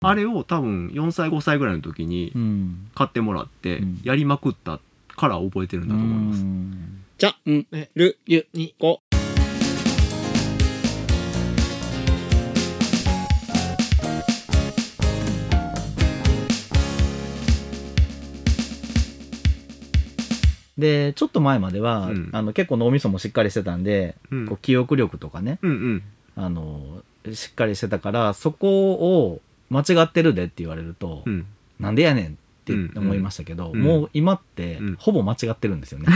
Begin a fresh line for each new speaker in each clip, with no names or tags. あれを多分4歳5歳ぐらいの時に
うん
買ってもらって
うん
やりまくったから覚えてるんだと思います、
うん
じゃん
え
る
ゆに
こ
でちょっと前までは、
うん
あの結構脳みそもしっかりしてたんで、
うん
こう記憶力とかね
うんうん
あのしっかりしてたからそこを間違ってるでって言われると、
うん
なんでやねんって思いましたけ
う
ど、
んうん
もう今って
うん
ほぼ間違ってるんですよね、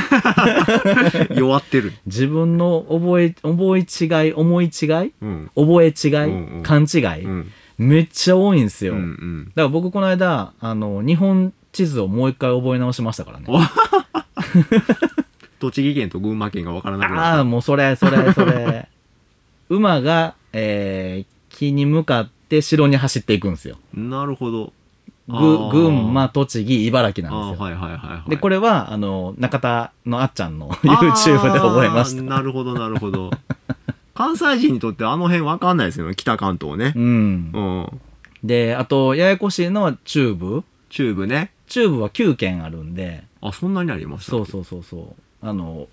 弱ってる、
自分の覚え覚え違い思い違い
うん
覚え違い、
うんうん
勘違い、
うん
めっちゃ多いんです
う
よ、
んう
だ
ん、
から僕この間あの日本地図をもう一回覚え直しましたからね
お栃木県と群馬県が分からなくな
あ
る
あもうそれそれそ れ馬が、えー木に向かって城に走っていくんですよ
なるほど
ぐ
あー
群馬栃木茨城
あ
なん
あ
ですよ、
はいはいはいはい
でこ
れ
れはあの中田のあっちゃんの YouTube で覚えました
なるほどなるほど関西人にとってあの辺分かんないですよね北関東ね
うん
うん
であとややこしいのは中部
中部ね
中部は9県あるんで
あそんなにありました
そうそうそうそうあの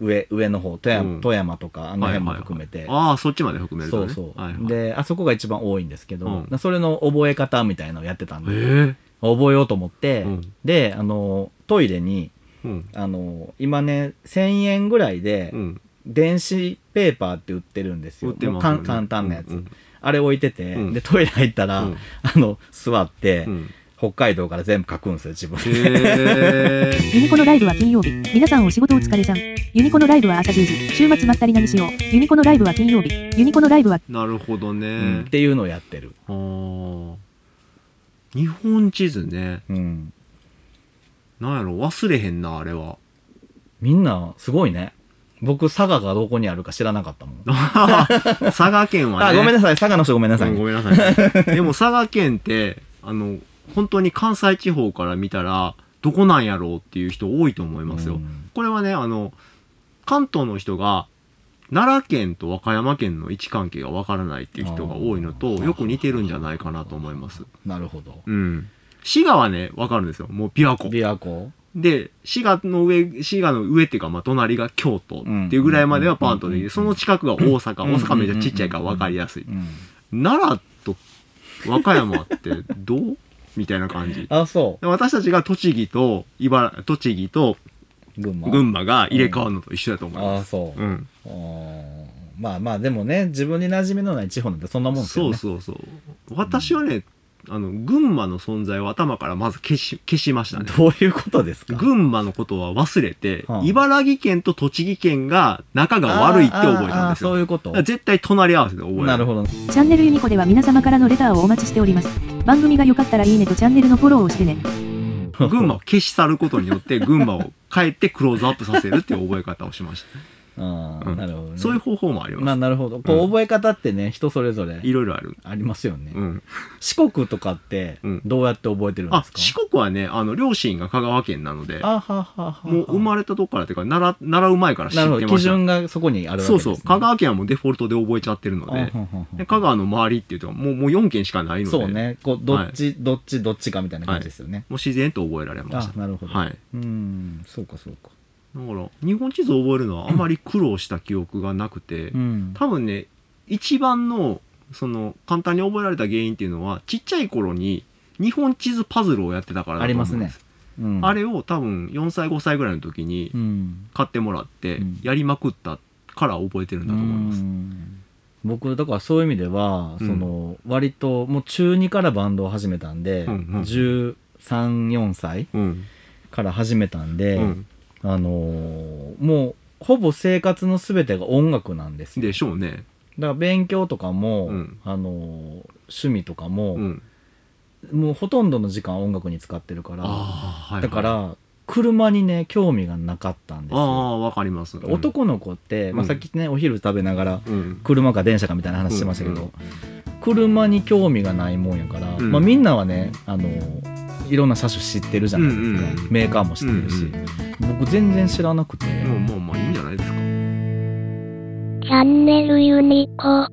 上上の方富山,、
うん
富山とかあ
う
の辺も含めて、
ああそっちまで含める
そ
と
う
ね
そう、
はいはい、
であそこが一番多いんですけど、
うん
それの覚え方みたいなのをやってたん
え
で覚えようと思って、
うん
であのトイレに
えうん
あの今ね1,000円ぐらいで
うん
電子ペーパーって売ってるんですよ、
売って
もう
ます
か
よ
ん
ね
簡単なやつ、
うん
あれ置いてて、
うん
でトイレ入ったら、
うん
あの座って、
うんうん
北海道から全部書くんですよ自分で。
へえ
ユニコのライブは金曜日。皆さんお仕事お疲れじゃん。ユニコのライブは朝10時。週末まったり何しよう。ユニコのライブは金曜日。ユニコのライブは
なるほど
うんっ
ね、
ていうのをやってる、
ああ日本地図ね
うん、
なんやろ忘れへんなあれは
みんなすごいね僕佐賀がどこにあるか知らなかっ たもん、
佐賀県は
あ
ね
ごめんなさい佐賀の人ごめんなさい、
うんごめんなさ いでも佐賀県ってあの本当に関西地方から見たらどこなんやろうっていう人多いと思いますよ、
うん
これはねあの関東の人が奈良県と和歌山県の位置関係がわからないっていう人が多いのと
あー
よく似てるんじゃないかなと思います
なるほど
うん滋賀はねわかるんですよもう琵琶湖
琵琶湖
で滋賀の上滋賀の上っていうか、まあ、隣が京都っていうぐらいまではパーンとでき
うん
てその近くが大阪
うん
大阪めっちゃちっちゃいからわかりやすい
うん
奈良と和歌山ってどう みたいな感じ。
あそ
私たちが栃木と茨、栃木と
う群馬
群馬が入れ替わるのと一緒だと思い
あ
ま
あ
す。
そう、
うん。
あーまあまあでもね自分に馴染みのない地方なんてそんなもんです
そ
よ
う
ね
そうそう。私はね、あの、群馬の存在を頭からまず消し、消しましたね。
どういうことですか
群馬のことは忘れて
はあ、
茨城県と栃木県が仲が悪いって覚えたんです
あーあーそう
よ。
いうこと
だから絶対隣り合わせで覚える。
なるほど
チャンネルユニコでは皆様からのレターをお待ちしております。番組が良かったらいいねとチャンネルのフォローをしてね。
群馬を消し去ることによって、群馬を変えてクローズアップさせるっていう覚え方をしました。
あー
うん
なるほどね
そういう方法もあります。
まあなるほどこう
うん
覚え方ってね人それぞれ
いろいろある。
ありますよね、
うん。
四国とかって
うん
どうやって覚えてるんで
あ
す、か、
四国はね、あの、両親が香川県なので、
あはははは
もう生まれたとこからっていうか、習、習う前から知
なるほ
って
ど
ま
基
した。
準がそこにあるわけ
そ
で
う
す、ね、
そう。香川県はもうデフォルトで覚えちゃってるの
あは
で
は、は
で香川の周りっていうと、もう、もう4県しかないので、
そうねこうどっち、どっちどっちかみたいな感じですよね、
もう自然と覚えられまし
あなるほ
た。
ど、
はい。
うんそうかそうか
だから、日本地図を覚えるのはあまり苦労した記憶がなくて、
うん
多分ね一番のその簡単に覚えられた原因っていうのはちっちゃい頃に日本地図パズルをやってたからだと思うん
あり
で
ますうん
あれを多分4歳5歳ぐらいの時に
うん
買ってもらって
うん
やりまくったから覚えてるんだと思います、
うん僕だからそういう意味では、
うん
その割ともう中2からバンドを始めたんで、
うんうん
134歳
うん
から始めたんで、
うん
あのーもうほぼ生活の全てが音楽なんですよ
でしょうね
だから勉強とかも、
うん
あのー趣味とかも、
うん
もうほとんどの時間音楽に使ってるから、
ああはい、はい、
だから車にね興味がなかったんです
あ
よ
あわかります、うん、
男の子って、まあ、
うん
さっきねお昼食べながら
うん
車か電車かみたいな話してましたけど、
うん
車に興味がないもんやから、
うん
まあ、みんなはねあのいろんな車種知ってるじゃないですか、
うんうんうん
メーカーも知ってるし、僕全然知らなくて、
もうもうまあいいんじゃないですか
チャンネルユニコ。